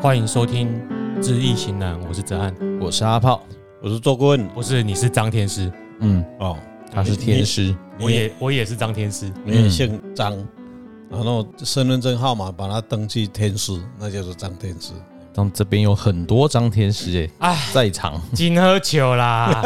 欢迎收听《知易行难》，我是泽汉，我是阿炮，我是周棍我是你是张天师，嗯，哦，他是天师，我也我也是张天师，你也姓张，然后身份证号码把它登记天师，那就是张天师。当这边有很多张天师哎哎，在场，金喝酒 啦，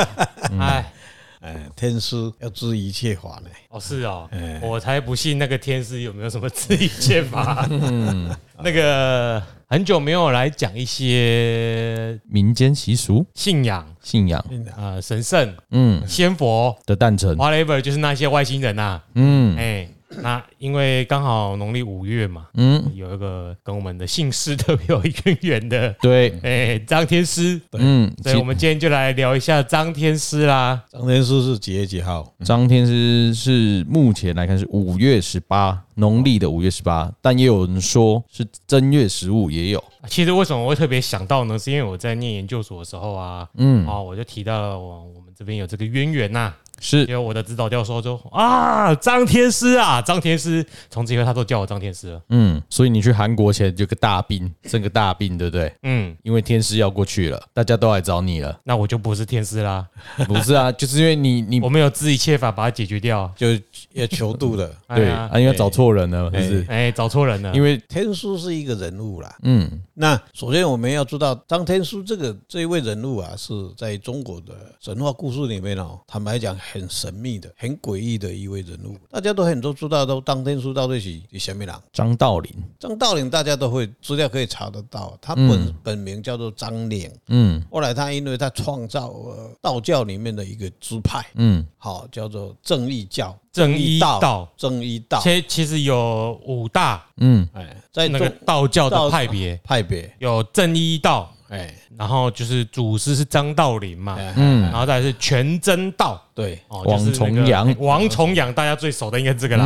嗯哎，哎，天师要知一切法呢，哦是哦哎，我才不信那个天师有没有什么知易剑法，嗯 那个很久没有来讲一些民间习俗信仰信仰，啊、呃神圣、嗯仙佛、的诞辰， whatever，就是那些外星人呐、啊，嗯哎、那因为刚好农历五月嘛，嗯，有一个跟我们的姓氏特别有 渊源的，对，哎，张天师，嗯，所以我们今天就来聊一下张天师啦。张天师是几月几号？张天师是目前来看是五月十八，农历的五月十八，但也有人说是正月十五也有，其实为什么我会特别想到呢？是因为我在念研究所的时候啊，嗯，哦，我就提到了我我们这边有这个渊源呐、是因为我的指导教授就啊，张天师啊，张天师，从此以后他都叫我张天师了。嗯，所以你去韩国前就个大病，生个大病，对不对？嗯，因为天师要过去了，大家都来找 你了，那我就不是天师啦，不是啊？就是因为你你我们有自己切法把它解决掉。就要求度的哎对呀啊，因为找错人了，是不是？哎，找错人了，因为 天师是一个人物啦。嗯那首先我们要知道，张天师这个这一位人物啊，是在中国的神话故事里面哦，坦白讲很神秘的、很诡异的一位人物。大家都很多知道，都张天师到底是是什么人？张道陵，张道陵大家都会资料可以查得到，他本、本名叫做张陵，嗯后来他因为他创造呃道教里面的一个支派，嗯好、叫做正义教、正一道，正义道，其其实有五大嗯哎，在那中个道教的道派别，派别，有正一道，哎然后就是祖师是张道陵嘛，哎，嗯然后再来是全真道对，哦，王就是那个重阳王重阳大家最熟的应该是这个啦。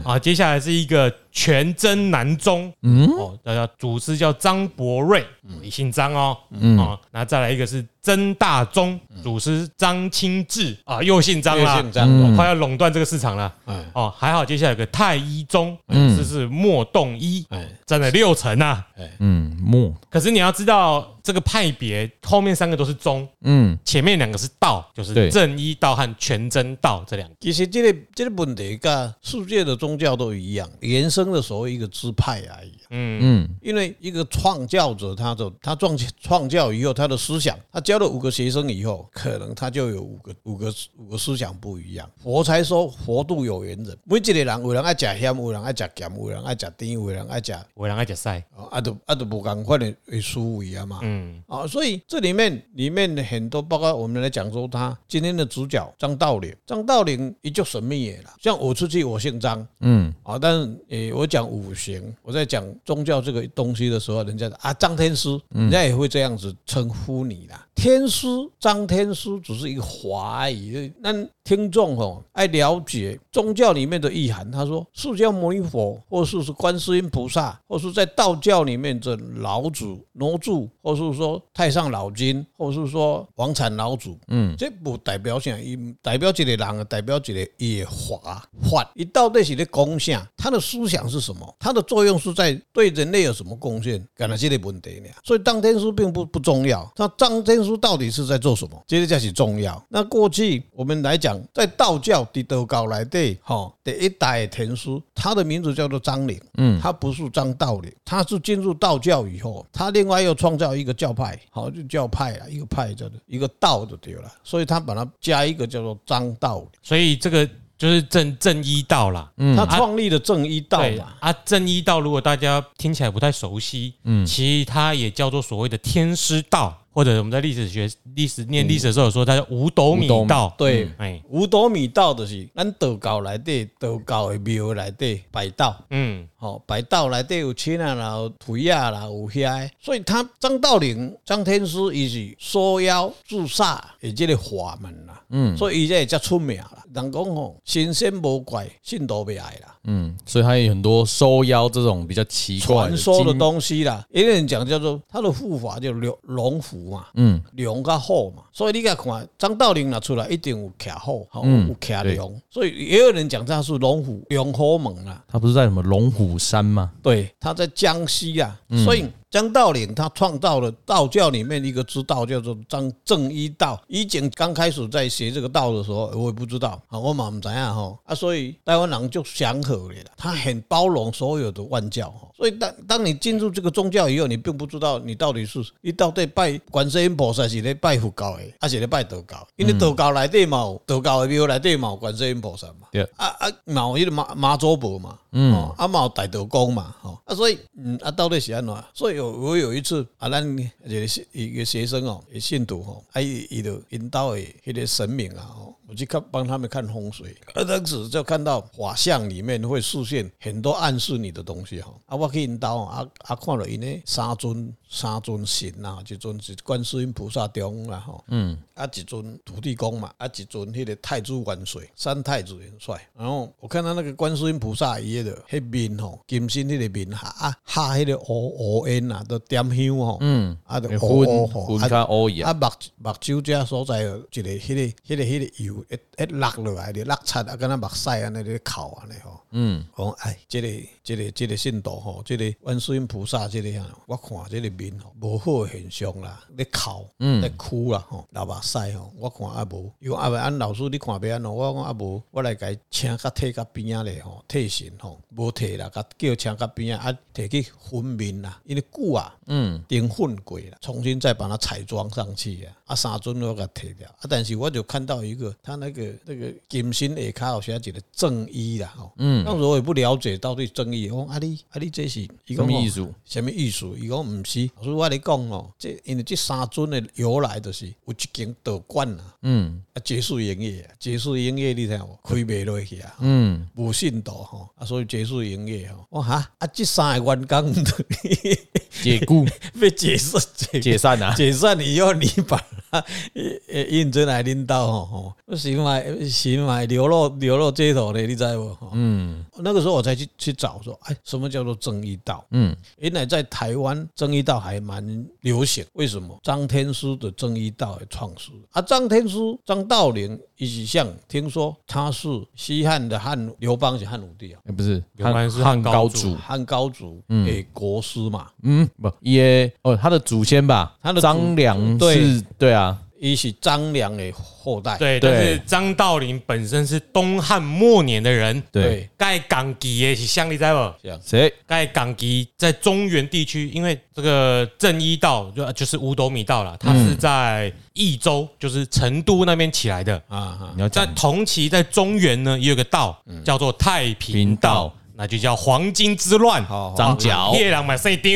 啊，接下来是一个全真南宗，嗯，哦，大家祖师叫张伯瑞，你姓张哦，嗯，哦，那再来一个是真大宗，嗯祖师张清志啊，又姓张岳啦，姓张哦嗯龙，快要垄断这个市场了，哎哦，还好，接下来有个太一宗，嗯这是莫洞一，哎占了六成啊，哎，嗯莫可是你要知道，这个派别后面三个都是宗，嗯前面两个是道，就对是正一道和全真道这两个。其实这个这个问题跟世界的宗教都一样，延伸的所谓一个支派而已。啊嗯，嗯因为一个创教者，他的他创创教以后，他的思想，他教了五个学生以后，可能他就有五个五个五个思想不一样。佛才说佛度有缘人，每一个人有人爱食咸，有人爱食咸，有人爱食甜，有人爱食我让爱解塞。啊都啊都不共款的的思维啊嘛。嗯，啊，所以这里面里面的很多，包括我们来讲说他今天的主角张道陵，张道陵也就神秘也了。像我出去，我姓张，嗯啊，但是诶、我讲五行，我在讲宗教这个东西的时候，人家说啊，张天师，人家也会这样子称呼你啦。天师张天师只是一个华而已，那听众哦爱了解宗教里面的意涵。他说，释迦牟尼佛，或是是观世音菩萨，或是在道教里面的老祖、罗柱，或是说太上老君，或是说王禅老祖，嗯这无代表啥，伊代表一个人，代表一个伊的法法，伊到底是咧讲啥？他的思想是什么？他的作用是在对人类有什么贡献？干了这个问题呢？所以张天师并不不重要，那张天师到底是在做什么？这个才是重要。那过去我们来讲，在道教的道教来底，吼、第一代的天师，他的名字叫做张陵。嗯他不是张道陵，他是进入道教以后，他另外又创造一个教派，好就教派啊，一个派叫做一个道就对了，所以他把它加一个叫做张道陵，所以这个就是正正一道啦。嗯他创立了正一道对嘛，啊，正一道如果大家听起来不太熟悉，嗯，其实它也叫做所谓的天师道，或者我们在历史学历史念历史的时候有说它叫五斗米嗯五斗米道。，对。哎，五斗米道就是咱道教内底，道教的庙内底拜道，嗯，吼、拜道内底有亲啊啦，有腿啊啦，有遐，所以他张道陵、张天师伊是收妖助煞，的这个法门啦。嗯所以伊这才出名啦。人讲吼，神仙无怪，信徒未爱啦。嗯，所以他有很多收妖这种比较奇怪传说的经东西啦，有人讲叫做他的护法就龙龙符嘛，嗯龙较好嘛，所以你甲看张道陵拿出来一定有徛好，吼、嗯有徛龙，所以也有人讲他是龙虎龙虎猛啦。他不是在什么龙虎山吗？对，他在江西啊，所以张道陵他创造了道教里面一个之道，叫做张正一道。以前刚开始在学这个道的时候，我也不知道，啊，我嘛唔知啊吼啊，所以台湾人就祥和了，他很包容所有的万教吼。所以当当你进入这个宗教以后，你并不知道你到底是你到底拜观世音菩萨是咧拜佛教的，还是咧拜道教的？因为道教内底嘛有道教的庙内底嘛有观世音菩萨嘛。对啊啊，嘛有迄个妈妈祖婆嘛，嗯，啊嘛有大道公嘛，吼，啊所以，嗯，啊到底是安怎样？所以有我有一次啊，咱一个学一个学生哦，他信徒吼，啊伊伊就引导的迄个神明啊，吼，我去看帮他们看风水，啊当时就看到法相里面会出现很多暗示你的东西吼，啊我去引导啊啊看了因呢三尊三尊神啊，一尊是观世音菩萨中啦吼，嗯，啊一尊土地公嘛，啊一尊迄个太子元帅，三太子元帅。然后我看到那个观世音菩萨伊的迄面吼，金身迄个面下啊下迄个乌乌烟啊，都点香吼，嗯，啊都乌乌昏吼，昏啊较乌伊啊啊，目目睭遮所在有一个迄、个迄、个迄、个油一一落落来，就落漆啊，敢若目屎安尼咧哭安尼吼。嗯，讲哎，即、个即、这个即、这个信徒吼，即、个观世音菩萨即、个啊，我看即个面吼无好的现象啦，咧哭，咧哭啦吼，流目屎吼，我看啊无，伊讲啊袂按老师你看袂安怎，我讲啊无，我来甲伊请甲替甲边仔咧吼，替神吼，无替啦，甲叫请甲边仔啊，摕去分面啦，因为久啊。嗯，顶混过了，重新再把它彩妆上去啊，啊三尊我给它摕掉啊，但是我就看到一个，他那个那个金身下骹有写一个正义啦，吼，嗯，当时我也不了解到底正义，我讲啊你啊你这是伊什讲么吼意思？什么意思？伊讲毋是，所以我跟你讲哦，这因为这三尊的由来就是有一间道馆啊，嗯啊结束营业啊，结束营业你听有无？开袂落去啊，嗯，无信道吼，啊所以结束营业吼，我哈啊这三个员工 解雇被解释解解散 啊，解散以后，你把它呃认真来领导吼吼，我行买行买流落流落街头的，你知不？吼嗯那个时候我才去去找说，哎，什么叫做正义道？嗯原来在台湾正义道还蛮流行，为什么？张天师的正义道的创始啊，张天师、张道陵一起像听说他是西汉的汉刘邦是汉武帝啊，欸不是有关系是汉高高祖祖，汉高祖的国师嘛，嗯，不也哦，他的祖先吧，他的祖张良对是，对啊，伊是张良的后代。对，对但是张道陵本身是东汉末年的人，对，盖港籍也是乡里在不？这样。谁？盖港籍在中原地区，因为这个正一道就就是五斗米道啦，它是在益州，就是成都那边起来的。啊啊，你要在讲同期在中原呢，也有个道叫做太平平道道，那就叫黄金之乱。好好 张角迄个人嘛姓张，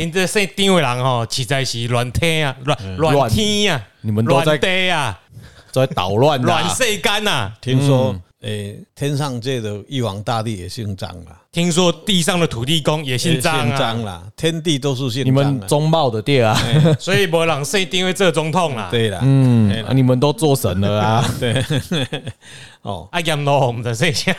因这姓张的人吼，实在是乱天啊，乱乱天啊，你们都在乱地啊，在捣乱的啊乱世间啊。听说嗯诶、天上界的玉皇大帝也姓张啦，听说地上的土地公也姓张也姓啊，张啦，天地都是姓你张们啊。中茂的店啊，所以没人姓丁会做总统啦。对啦，嗯，啊你们都做神了 啊，对， 哦，啊，阎罗王在姓啥？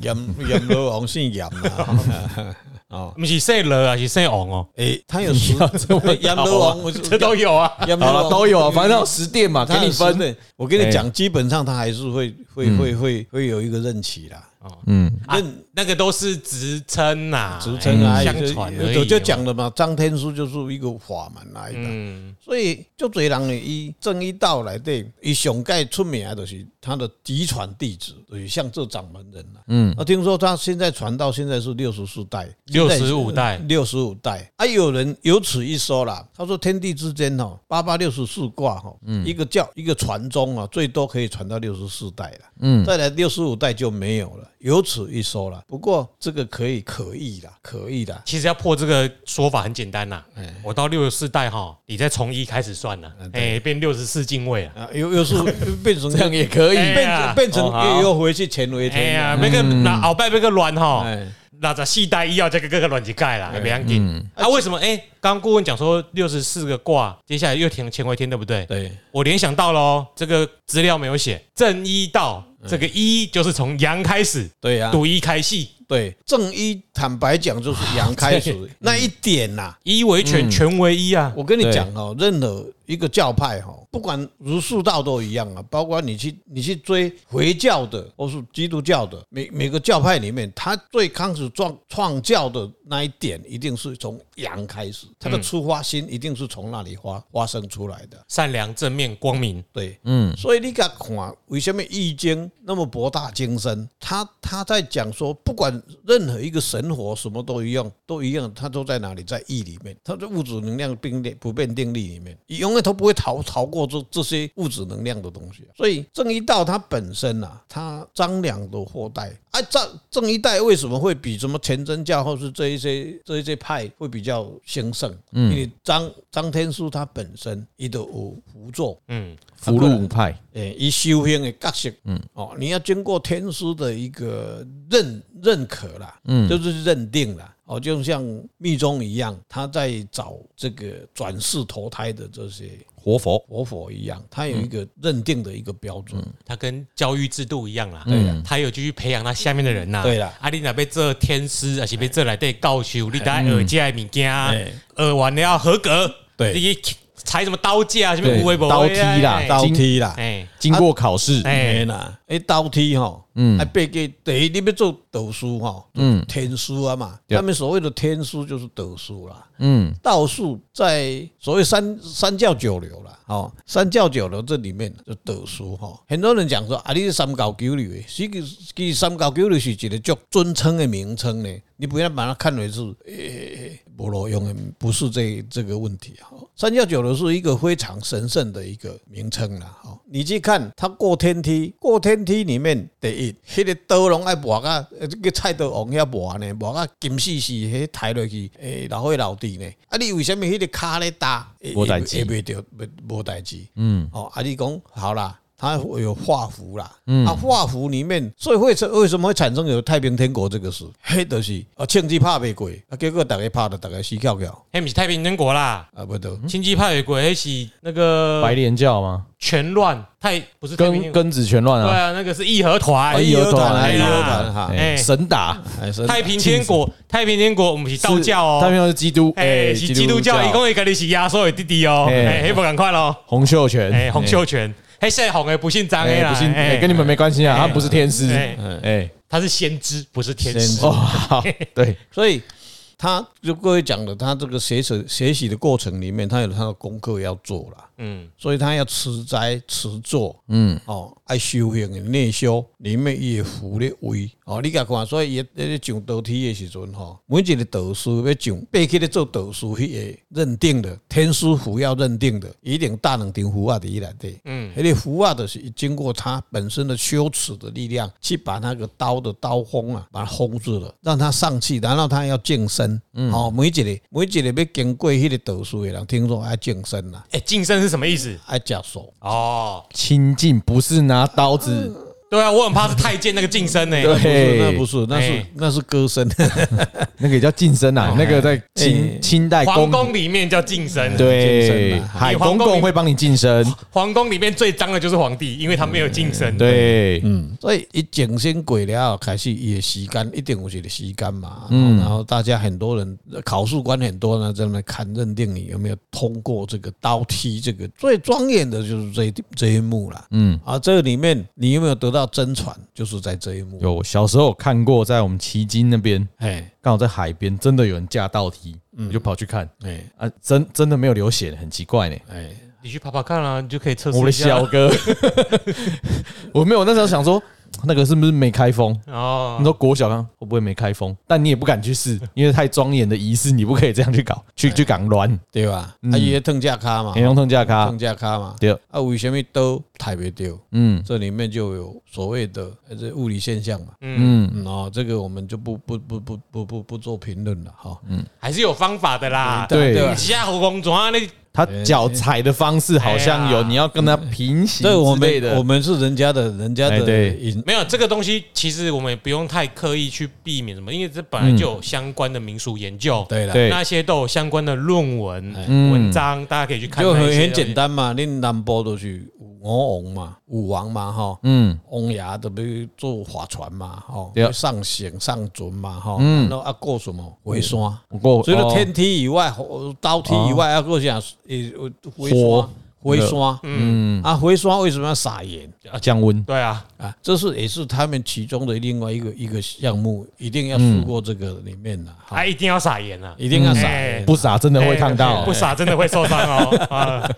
阎阎罗王姓阎啦，哦，不是姓罗啊，是姓王哦， 诶、他有十要这么搞啊 阎罗王，我 这都有啊。 阎罗 好王了都有啊，反正有十店嘛，给你分哎哎的。我跟你讲，基本上他还是会会会会会有一个任期啦，嗯，啊任那个都是职称呐，职称啊，哎有相传而已嘛我就讲了嘛，张天师就是一个法门来的。嗯，所以足侪人呢，伊正一道内底，伊上界出名的就是他的嫡传弟子，就是像这掌门人啦、嗯，啊，听说他现在传到现在是六十四代， 65代六十五代。啊，有人有此一说啦，他说天地之间哦，八八六十四卦哈，一个教一个传宗啊，最多可以传到六十四代了。嗯，再来六十五代就没有了，有此一说啦。不过这个可以可议啦，可议啦。其实要破这个说法很简单呐。哎我到六十四代哈，你再从一开始算了，哎，变六十四进位啊。啊，又又是变成 这样也可以。哎变呀成变成哦好又又回去乾为哎天了。呀，那个那鳌拜那个卵哦哈，嗯哎，嗯那十四代医药这个各个卵子盖啦，没人紧。啊，为什么？哎，刚刚顾问讲说六十四个卦，接下来又填乾为天，对不对？对，我联想到喽，这个资料没有写正一道，这个一就是从阳开始，对呀、读一开戏，对正一，坦白讲 就是阳开始那一点呐、嗯一为全，全为一啊。我跟你讲哦，任何一个教派哈，不管儒释道都一样啊，包括你去你去追回教的或是基督教的，每每个教派里面，他最开始创创教的那一点，一定是从阳开始，他嗯的出发心一定是从那里发发生出来的。善良、正面、光明，对，嗯，所以你敢看，为什么《易经》那么博大精深？他他在讲说，不管任何一个神佛，什么都一样，都一样，它都在哪里，在易里面，它的物质能量并列不变定律里面，你永远都不会逃逃过这这些物质能量的东西。啊所以正一道它本身啊，它张良的后代。啊，正正一代为什么会比什么全真教或是这一些这一些派会比较兴盛？因为张张天师他本身伊都有辅佐，嗯，福禄派，诶，以修行的角色，嗯，哦，你要经过天师的一个认认可啦，嗯，就是认定啦，哦，就像密宗一样，他在找这个转世投胎的这些活佛，活佛一样，他有一个认定的一个标准，它跟教育制度一样啦，对呀，他有继续培养他下面的人呐，对啦啊，你若被这天师，还是被这来对教授，你得学这的物件，嗯学完了要合格，对你去裁什么刀架，什么对无为不刀剔啦哎刀梯啦，哎经过考试，哎哎啦，哎刀梯吼，嗯，还背给第一你要做导师吼，嗯，天师啊嘛，对他们所谓的天师就是导师啦，嗯，道术在所谓三三教九流啦，哦，三教九流这里面就道术哈，很多人讲说啊，你是三教九流的，其实其实三教九流是一个叫尊称的名称呢，你不要把它看为是诶无路用的，不是这这个问题哈。三教九流是一个非常神圣的一个名称啦，哈，你去看他过天梯，过天梯里面第一，迄个刀拢爱磨啊，呃这个菜刀王遐磨呢，磨啊金细细，迄抬落去，诶，老伙老弟呢，啊，你为什么迄个骹咧打？会无代志会袂着，袂无代志。嗯，哦，啊，你讲好啦。它有画符啦，啊，画符里面，所以会是为什么会产生有太平天国这个事？嘿，就是啊，庆忌怕被鬼，啊，结果大家怕的大家死翘翘，那不是太平天国啦，啊，不得，经济派有鬼，那是那个嗯白莲教吗？全乱太不呃是太平庚天国，庚子全乱对啊，啊，那个是义和团哎，义和团哎哎义呀和团哈哎哎神打哎是太平天国，太平天国我们是道教他哦，们是基督，哎，哎，是基督教，一共一个你是压缩的弟弟哦，哎哎，黑不赶快喽，洪秀全，哎，洪秀全，哎，现在红的不姓张的嗯哎，啦，不信，哎，跟你们没关系啊，哎他们不是天师哎，哎，他是先知，不是天先使哎知，哦，好，对，所以他就各位讲的，他这个学习学习的过程里面，他有他的功课要做啦，哦嗯，所以他要持斋持坐，嗯，哦，爱修行的内修，里面伊的福咧位，哦，你甲看，所以伊咧上道体的时阵吼，每一个导师要上，爬起咧做导师迄个认定的天师符要认定的，一定大两张符啊伫伊内底，嗯，迄个符啊就是经过他本身的修持的力量，去把那个刀的刀锋啊，把它封住了，让它上去，然后他要净身，哦，每一个每一个要经过迄个导师的人，听说要净身啊啦。哎，晋升是什么意思？爱假手，哦，亲近不是拿刀子，对啊，我很怕是太监那个晋升呢， 不是那不对，是，那是哎那是歌 声，那个也叫晋升啊，那个在清清代哎皇宫，宫里哎面叫晋升，，对，晋升啊海公公会帮你晋升，皇宫里面最脏的就是皇帝，因为他没有晋升，嗯对，嗯，所以一整身过了后，开始伊的时间一定有一个时间嘛，嗯，然后大家很多人呃考试官很多呢，在那看认定你有没有通过这个刀梯这个最庄严的就是这一这一幕啦，嗯，啊，这里面你有没有得到真传，就是在这一幕，有我小时候看过，在我们旗津那边，哎刚好在海边，真的有人架倒梯，我就跑去看，嗯哎啊，真真的没有流血，很奇怪呢。哎，你去爬爬看啊，你就可以测试我一的下小哥， 我没有，那时候想说，那个是不是没开封？啊哦你，说国小刚会不会没开封？但你也不敢 去试，因为太庄严的仪式，你不可以这样去搞，去去港乱，对吧？哎啊，伊的腾架卡嘛，黑龙腾架咖腾，架卡嘛，啊对，啊，为什么都抬不掉？嗯这里面就有所谓的呃这物理现象嘛。嗯，嗯哦，这个我们就不不不不不不不做评论了哈。还是有方法的啦，嗯对对你吧下火公主啊，那他哎脚踩的方式好像哎有，呀你要跟他平行这我之类们我的，们是人家的人家哎的对引没有这个东西，其实我们也不用太刻意去避免什么，因为这本来就有相关的民俗研究，对了，对那些都有相关的论文、嗯文章，大家可以去看。就很那些很简，单嘛。你南部都是有吴王嘛，武王嘛哈，嗯，王爷都被做划船嘛哈对，上行上船嘛哈，嗯然后啊过什么回山。不过除了哦天梯以外，火刀梯以外，啊，我想诶，呃回火山，回山，嗯啊，回山为什么要撒盐啊降温，对啊，啊？这是也是他们其中的另外一个一个项目，一定要输过这个里面的，哈还一定要撒盐啊，一定要撒哎盐，不撒真的会烫到哎不。撒真的会受伤 哦。啊，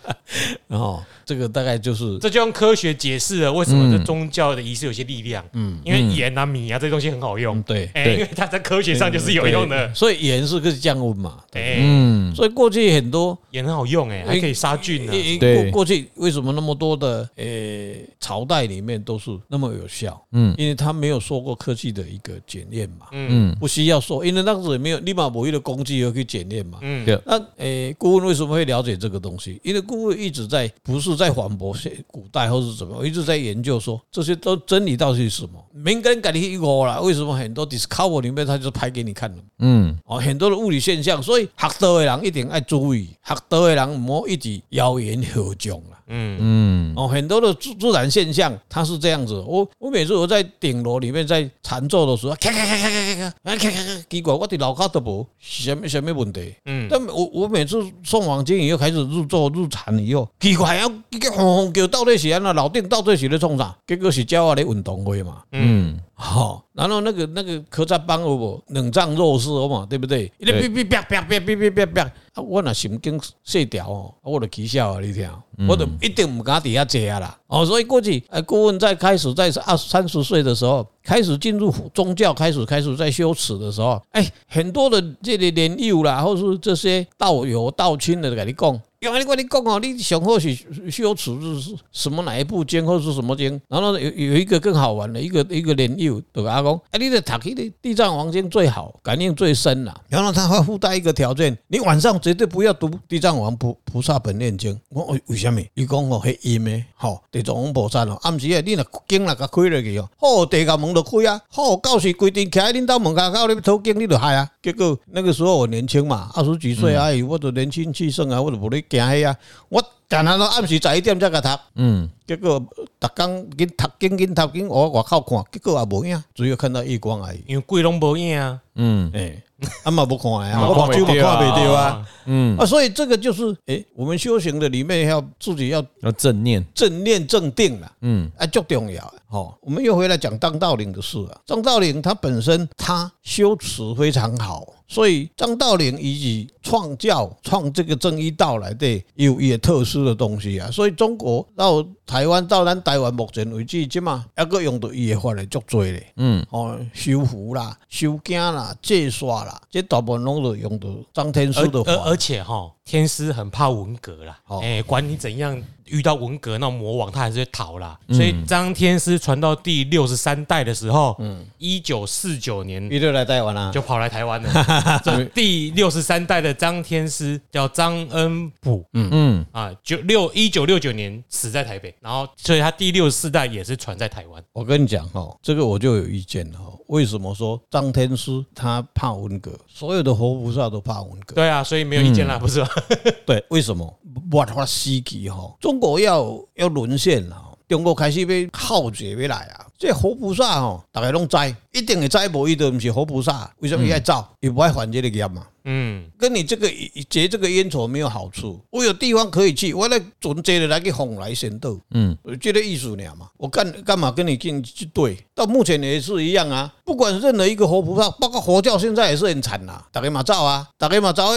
然后哦这个大概就是这就用科学解释了为什么这嗯宗教的仪式有些力量。嗯，因为盐啊、米啊这些东西很好用嗯，对，哎，对因为它在科学上就是有用的对。所以盐是个降温嘛，哎，嗯，所以过去很多盐很好用，哎，还可以杀菌呢。一一对过过去为什么那么多的呃朝代里面都是那么有效？嗯因为他没有受过科技的一个检验嘛，嗯嗯不需要受，因为那时候也没有立马某一的工具要去检验嘛。嗯，对那诶，顾问为什么会了解这个东西？因为顾问一直在不是在反驳现古代或是怎么样，一直在研究说这些都真理到底是什么。明根改你一个啦，为什么很多 Discover 里面他就拍给你看了？嗯，哦，很多的物理现象，所以学道的人一定要注意，学道的人唔好一直谣言惑众啊啦。嗯嗯，哦，很多的自自然现象，它是这样子。我我每次我在顶楼里面在禅坐的时候，咔咔咔咔咔咔咔咔咔，奇怪，我的楼骹都无什么什么问题。嗯，但我我每次送往经以后开始入座入禅以后，奇怪啊，这个红红球到底是安那老顶到底是咧创啥？结果是鸟啊咧运动会嘛。嗯，好、然后那个那个科扎帮有无冷藏肉丝有嘛，对不对？一直哔哔啪啪啪哔哔啪啪，啊，我若神经细条哦，啊我就起笑啊，你听，我就一定唔敢底下坐啊啦。哦，所以过去呃，顾问在开始在二三十岁的时候，开始进入宗教，开始开始在修持的时候，哎，很多的这个莲友啦，或是这些道友道亲的，跟你讲。因为你跟你讲哦，你上好是修持是什么哪一部经或是什么经，然后呢有有一个更好玩的，一个一个莲友对阿公，哎，你得读迄个地藏王经最好，感应最深啊啦。然后他会附带一个条件，你晚上绝对不要读地藏王菩菩萨本愿经。我说为什么？伊讲哦，迄阴的，吼、地藏王菩萨哦，暗时啊，你若经若甲开落去哦，好地甲门就开啊，好到时规定徛喺恁兜门口口咧偷经，你就害啊。结果那个时候我年轻嘛，二十几岁啊，我都年轻气盛啊，我都无咧惊迄啊，我干那都暗时十一点才甲读。嗯，结果逐工紧读紧紧读紧，我外口看，结果也无影，只有看到月光而已。因为贵龙博宴啊，嗯，诶、啊嘛无看的啊，嘛我看目睭嘛不到啊看袂到啊，嗯，啊，所以这个就是诶、我们修行的里面要自己要要正念，正念正定了。嗯啊，最重要的哦。我们又回来讲张道陵的事啊。张道陵他本身他修持非常好，所以张道陵以及创教、创这个正一道来的有也特殊的东西啊。所以中国到台湾到咱台湾目前为止，即嘛还个用到伊的法来足多咧。嗯哦，修福啦、修经啦、戒煞啦，这大部分拢是用到张天而师的而而法。且哈，天师很怕文革啦，哦哎，管你怎样遇到文革那种魔王，他还是会逃啦。所以张天师传到第六十三代的时候，嗯，一九四九年伊就来台湾啊，就跑来台湾了。这第六十三代的张天师叫张恩溥，嗯嗯，啊，九六一九六九年死在台北，然后所以他第六十四代也是传在台湾。我跟你讲哦，这个我就有意见了哦。为什么说张天师他怕文革？所有的活菩萨都怕文革。对啊，所以没有意见啦，不是吧？对，为什么？没法死去哈、哦，中国要要沦陷了、哦，中国开始要浩劫要来啊！这活菩萨哦，大家拢知，一定会知无伊都不是活菩萨，为什么伊爱走？伊不爱还这个业嘛？嗯，跟你这个结这个冤仇没有好处。我有地方可以去，我来准这个来去哄来神斗，嗯，这个艺术鸟嘛，我干干嘛跟你进去对？到目前也是一样啊，不管任何一个活菩萨，包括佛教现在也是很惨啦、大家嘛造啊，大家嘛造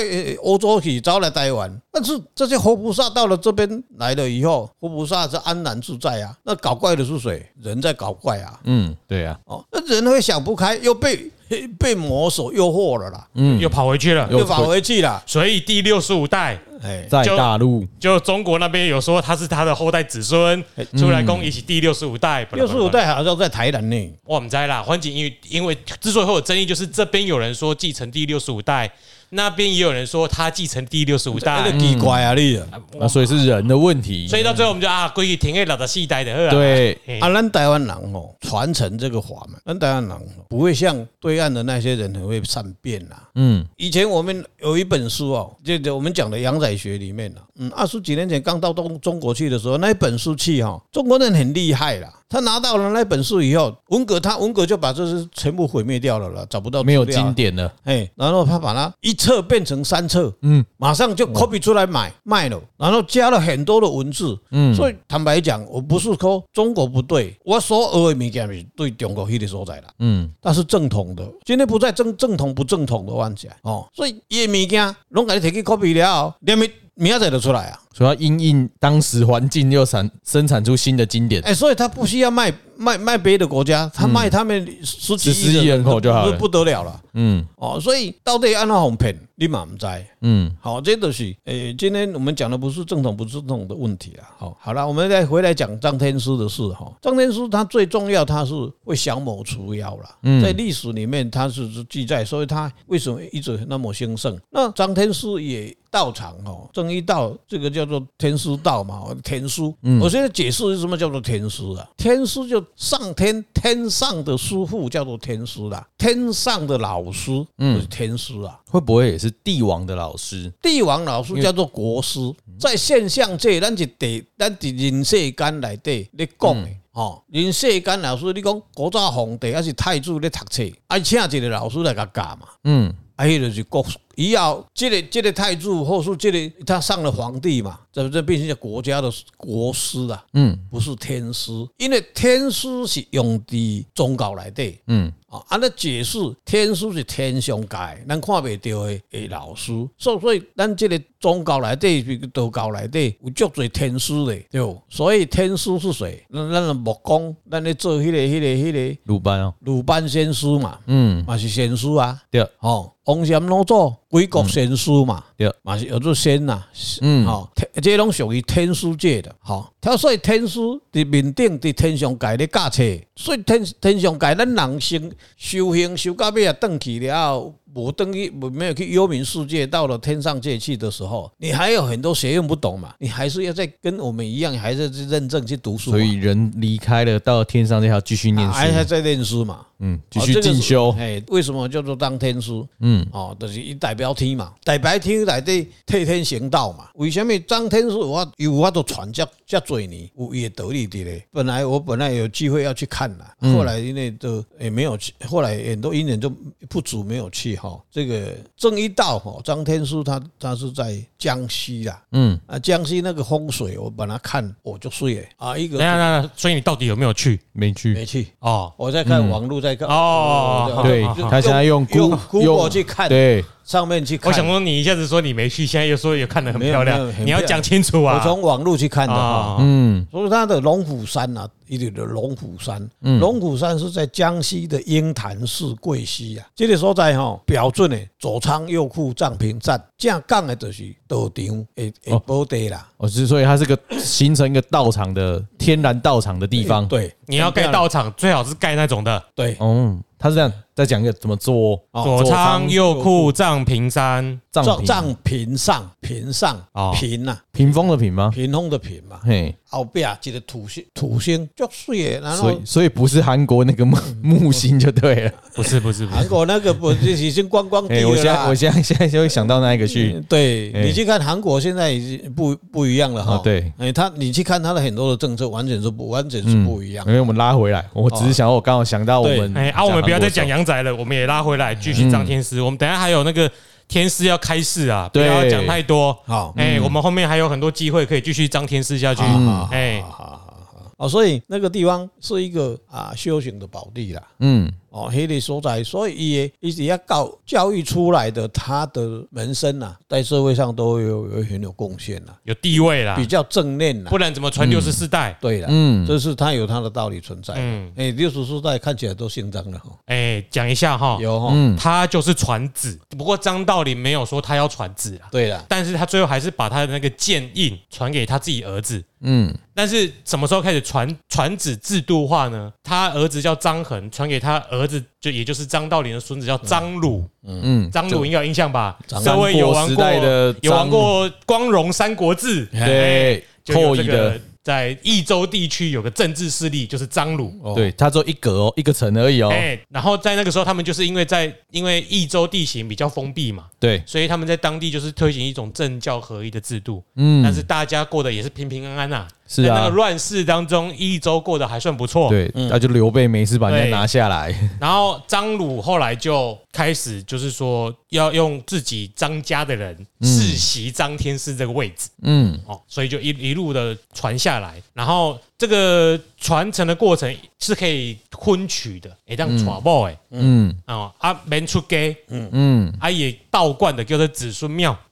欧洲去，造来台湾，但是这些活菩萨到了这边来了以后，活菩萨是安然自在啊，那搞怪的是谁？人在搞怪啊，嗯，对啊，哦，那人会想不开，又被 被魔所诱惑了啦，嗯，又跑回去了。又又返回去了，所以第六十五代哎。在就大陆，就中国那边有说他是他的后代子孙，出来供一起第六十五代，哎嗯六十五代好像在台南呢，我们在啦。环境因为因为之所以会有争议，就是这边有人说继承第六十五代，那边也有人说他继承第六十五代那，个奇怪啊，你啊，那所以是人的问题。所以到最后我们就啊，归去停给老的系代的好啊，对，嘿啊，咱台湾人哦，传承这个法门，咱台湾人哦不会像对岸的那些人很会善变呐、嗯，以前我们有一本书哦，这个我们讲的洋仔学里面呢、嗯，二十几年前刚到东中国去的时候，那一本书去哈、哦，中国人很厉害啦。他拿到了那本书以后，文革他文革就把这些全部毁灭掉了啦，找不到没有资料啊经典的，哎，然后他把它一册变成三册，嗯嗯，马上就 copy 出来买卖了，然后加了很多的文字，嗯嗯，所以坦白讲，我不是说中国不对，我所学的物件是对中国迄个所在啦，嗯，但是正统的，今天不在正正统不正统的问题哦，所以伊的物件拢给你摕去 copy 了，连明明仔载就出来啊，所以要因应当时环境又产生产出新的经典。哎，所以他不需要卖卖卖别的国家，他卖他们十几14亿亿人口就好了不不得了了，嗯哦，所以到底安怎哄骗，你嘛唔知道。嗯，好，这都是诶、今天我们讲的不是正统不正统的问题啦。好，好了，我们再回来讲张天师的事哈。张天师他最重要，他是会降魔除妖啦。在历史里面他是记载，所以他为什么一直那么兴盛？那张天师也。道场哦，正一道这个叫做天师道嘛，哦天书。我现在解释是什么叫做天师啊？天师就上天天上的师傅叫做天师啦，天上的老师就是天师啊。会不会也是帝王的老师？帝王老师叫做国师，嗯在现象界，咱是地，咱是人世间内底咧讲的。嗯吼，人世间老师，你讲古早皇帝还是太子咧读册，爱请一个老师来甲教嘛，嗯啊，迄就是国以后，即、个即、这个太子，或是即、个他上了皇帝嘛，这这变成一个国家的国师啊，嗯不是天师，因为天师是用伫宗教内底，嗯啊，安尼解释天书是天上界，咱看袂到的诶老师，所所以咱即个宗教内底，比如道教内底有足侪天书的，对不。所以天书是谁？咱咱的木工，咱咧做迄、个、迄、个、迄、个鲁班哦，鲁班先师嘛，嗯，嘛是先师啊，对，吼、王禅老祖鬼国先师嘛，对嘛是叫做仙呐、嗯嗯，吼、天这拢属于天书界的，吼、他所以天书伫面顶伫天上界咧教册，所以天天上界咱人生修行修到尾啊，转去了后。无等于没有去幽冥世界，到了天上界去的时候，你还有很多学问不懂嘛，你还是要再跟我们一样，还是去认证去读书嘛，所以人离开了，到天上这条继续念啊还还书，在念书嘛。嗯，继哦续进修，这个是哎，为什么叫做当天师？嗯嗯，哦，就是伊代表天嘛，代表天内底替天行道嘛。为什么张天师有法有法度传这这多年，有伊的道理伫咧？本来我本来有机会要去看啦，嗯后来因为都也没有去，后来很多因缘就不足，没有去哈。这个正一道哈，张天师他他是在江西啦。嗯，啊，江西那个风水，我本来看我就睡了啊，一等一下个等一下，所以你到底有没有去？没去，没去，哦，我在看网络，在看哦嗯对好好好他现在用啊用 Google Google 去看对，上面去看。我想说你一下子说你没去，现在又说有看得很没有漂没有亮很，漂你亮要讲清楚啊我。从网络去看的哈。啊，嗯所以它的龙虎山啊，一直的龙虎山，嗯龙虎山是在江西的鹰潭市贵溪啊，这个所在吼，标准的左仓右库藏平站，正港的就是道场的的宝地啦，哦，是所以它是个形成一个道场的天然道场的地方。，对你要盖道场，最好是盖那种的对，哦，它是这样，再讲一个怎么做哦，左左仓仓右库藏平山。藏藏平平上平上哦平呐，屏风的屏吗？屏风的屏嘛，嘿，后壁啊一个土星土星足水的，然所后以所以不是韩国那个嗯木 木星就对了。不是不是不韩是，国那个不是已经观光地哎，了我现啦在我现在现在就会想到那一个嗯去，对哎你去看韩国现在已经不不一样了哈、啊对哎，他你去看他的很多的政策，完全是不完全是不一样。因为我们拉回来，我只是想我刚好想到我们，哦哎啊，我们不要再讲羊仔了，我们也拉回来继续张天师。我们等一下还有那个天师要开市啊，不对要讲太多。好哎，我们后面还有很多机会可以继续张天师下去好好。好哎，啊好好好哦，所以那个地方是一个啊修行的宝地啦。嗯哦，迄个所在，所以伊的伊是要教教育出来的，他的门生呐、啊，在社会上都有有很有贡献啦，有地位啦比，较正念啦不。然怎么传六十四代？对啦，啊嗯，这是他有他的道理存在。嗯嗯，哎，六十四代看起来都姓张了哈，哎，讲一下哈，有哈，嗯他就是传子，不过张道陵没有说他要传子啊，对啦，但是他最后还是把他的那个剑印传给他自己儿子。嗯但是什么时候开始传传子制度化呢？他儿子叫张衡，传给他儿儿子就也就是张道陵的孙子叫张鲁，嗯，张鲁应该有印象吧？张各位有玩三国时过代的张有玩过《光荣三国志》对哎，就有后这羿个的，在益州地区有个政治势力，就是张鲁。哦对，它只有一格哦，一个层而已哦，哎、然后在那个时候，他们就是因为在因为益州地形比较封闭嘛，对，所以他们在当地就是推行一种政教合一的制度，但嗯，是大家过得也是平平安安呐、是哎在那啊个，嗯乱世当中，益州过得还算不错。对，那就刘备没事把人家拿下来，然后张鲁后来就开始就是说要用自己张家的人世袭张天师这个位置嗯，哦，所以就一一路的传下来，然后这个传承的过程是可以婚娶的，哎，当娶某哎嗯，哦啊免出家，嗯，啊也道观的叫做子孙庙，啊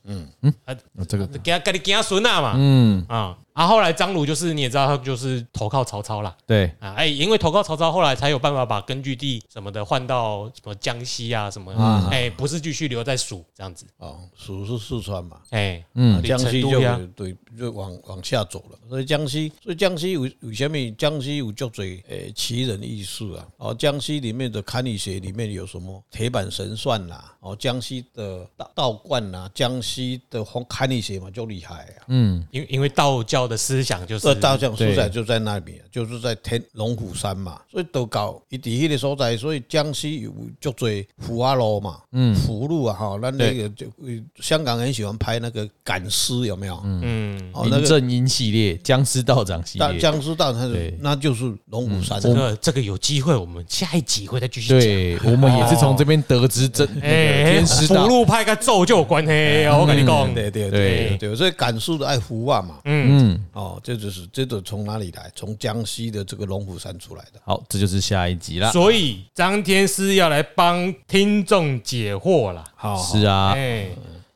哦这个，给他给你给他孙啊嘛嗯，啊啊后来张鲁就是你也知道他就是投靠曹操啦，对，啊，哎、因为投靠曹操，后来才有办法把根据地什么的换到什么江西啊什么，哎、啊不是继续留在蜀这样子，哦，蜀是四川嘛，哎、啊嗯，对江西成就都呀有对，就往往下走了。所以江西，所以江西有为什么江西有足侪诶奇人异事啊？哦，江西里面的堪舆学里面有什么铁板神算啦、哦，江西的道道观啦、江西的红堪舆学嘛，就厉害啊。嗯，因因为道教的思想就是这大象所在对就在那边，就是在天龙虎山嘛，所以都搞伊伫迄个所在，所以江西有足多虎阿路嘛，嗯，虎路啊哈，咱那个就呃香港很喜欢拍那个赶尸有没有？嗯，嗯，哦那林个正英系列、僵尸道长系大列，僵尸大战对嗯那就是龙虎山，这个这个有机会，我们下一集会再继续讲。对，我们也是从这边得知真那个哎、天师福道，嗯禄派跟咒就有关系、我跟你讲，对对对对对，所以赶尸的爱虎啊嘛，嗯，哦，这就是这种从哪里来？从江西的这个龙虎山出来的。好，这就是下一集啦。所以张天师要来帮听众解惑啦。好是啊哎、，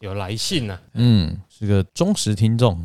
有来信呐、啊，嗯，是个忠实听众，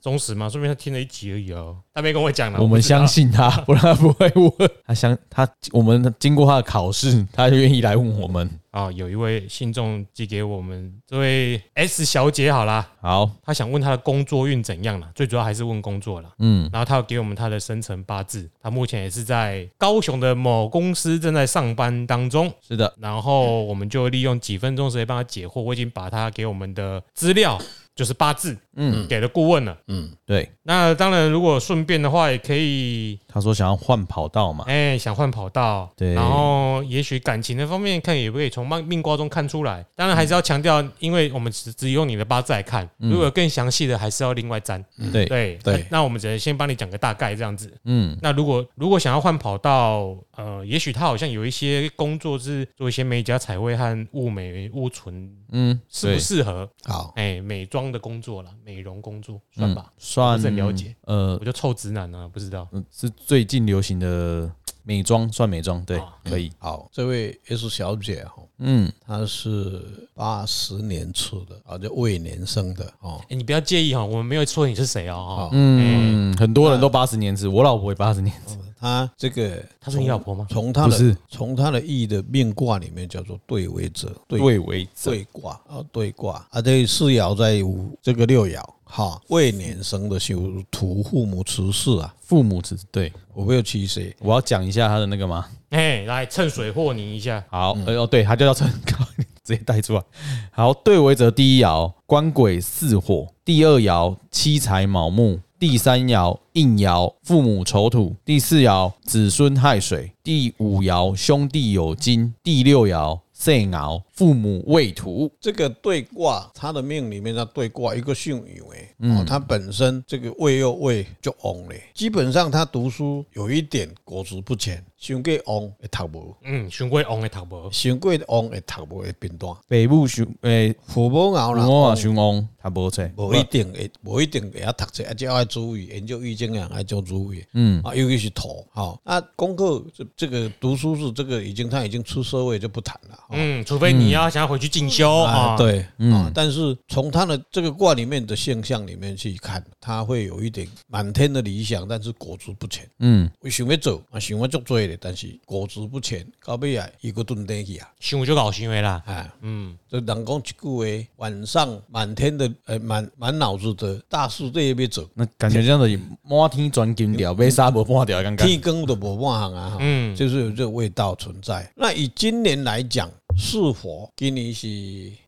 忠实吗？说明他听了一集而已哦，他没跟我讲了，我不们知道相信他，不然他不会问。他相他，我们经过他的考试，他就愿意来问我们。啊、有一位信众寄给我们这位 S 小姐，好啦，好，她想问她的工作运怎样啦，最主要还是问工作啦。嗯然后她有给我们她的生辰八字，她目前也是在高雄的某公司正在上班当中。是的，然后我们就利用几分钟时间帮她解惑，我已经把她给我们的资料，就是八字，嗯，给了顾问了。嗯，对，那当然，如果顺便的话，也可以他说想要换跑道嘛，哎、想换跑道，对然后也许感情的方面看也可以从命命卦中看出来。当然还是要强调，因为我们只只用你的八字来看，如果有更详细的还是要另外占。嗯对，嗯对对那那我们只能先帮你讲个大概这样子。嗯那如果如果想要换跑道，呃，也许他好像有一些工作是做一些美甲彩绘和物美物纯，嗯，适不对适合？好，哎、美妆的工作啦，美容工作算吧，算不是很了解，呃，我就臭直男啊，不知道。是最近流行的美妆，算美妆，对哦，可以，好，这位 S 小姐哈，嗯，她是八十年出的啊，就未年生的哦。哎、你不要介意哈，我们没有说你是谁哦。好哦嗯，很多人都八十年制，我老婆也八十年制，她这个她是你老婆吗？从她不是的从她的易的命卦里面叫做对为者，对对为正，对卦啊，对卦啊，这四爻在五，这个六爻哈，未年生的修土父母持世啊，父母子对，我没有七谁我要讲一下他的那个吗？哎、来趁水和泥一下。好，哎呦，对，他就叫陈高，你直接带出来。好，对为则第一爻官鬼巳火，第二爻七财卯木，第三爻应爻父母丑土，第四爻子孙亥水，第五爻兄弟有金，第六爻岁爻父母未土。这个对卦，他的命里面的对卦一个姓宇为，嗯哦，他本身这个未又未就翁嘞，基本上他读书有一点果子不浅，想过翁会读无，嗯，熊龟翁的头无。想过翁会读无会变短，北部熊诶，父母熬啦，哦我啊熊翁，他不错，无一定会，无一定会晓读册，而且爱注意研究易经啊，爱做注意，嗯啊，尤其是土，哦，啊，功课这这个读书是这个已经他已经出社会就不谈了，哦嗯，除非你你要想要回去进修啊，啊，，对，啊嗯，但是从他的这个卦里面的现象里面去看，他会有一点满天的理想，但是果实不全。嗯，我想要做啊，想要做做的，但是果实不全，到尾啊，一个蹲底去啊，行我就搞行为啦，啊，嗯，这人讲一句话，晚上满天的，呃，满满脑子的大事在那边做，那感觉这样的满天钻金条，被杀无半条，刚刚天光都无半行啊，哈嗯就是有这个味道存在。那以今年来讲，是否今年是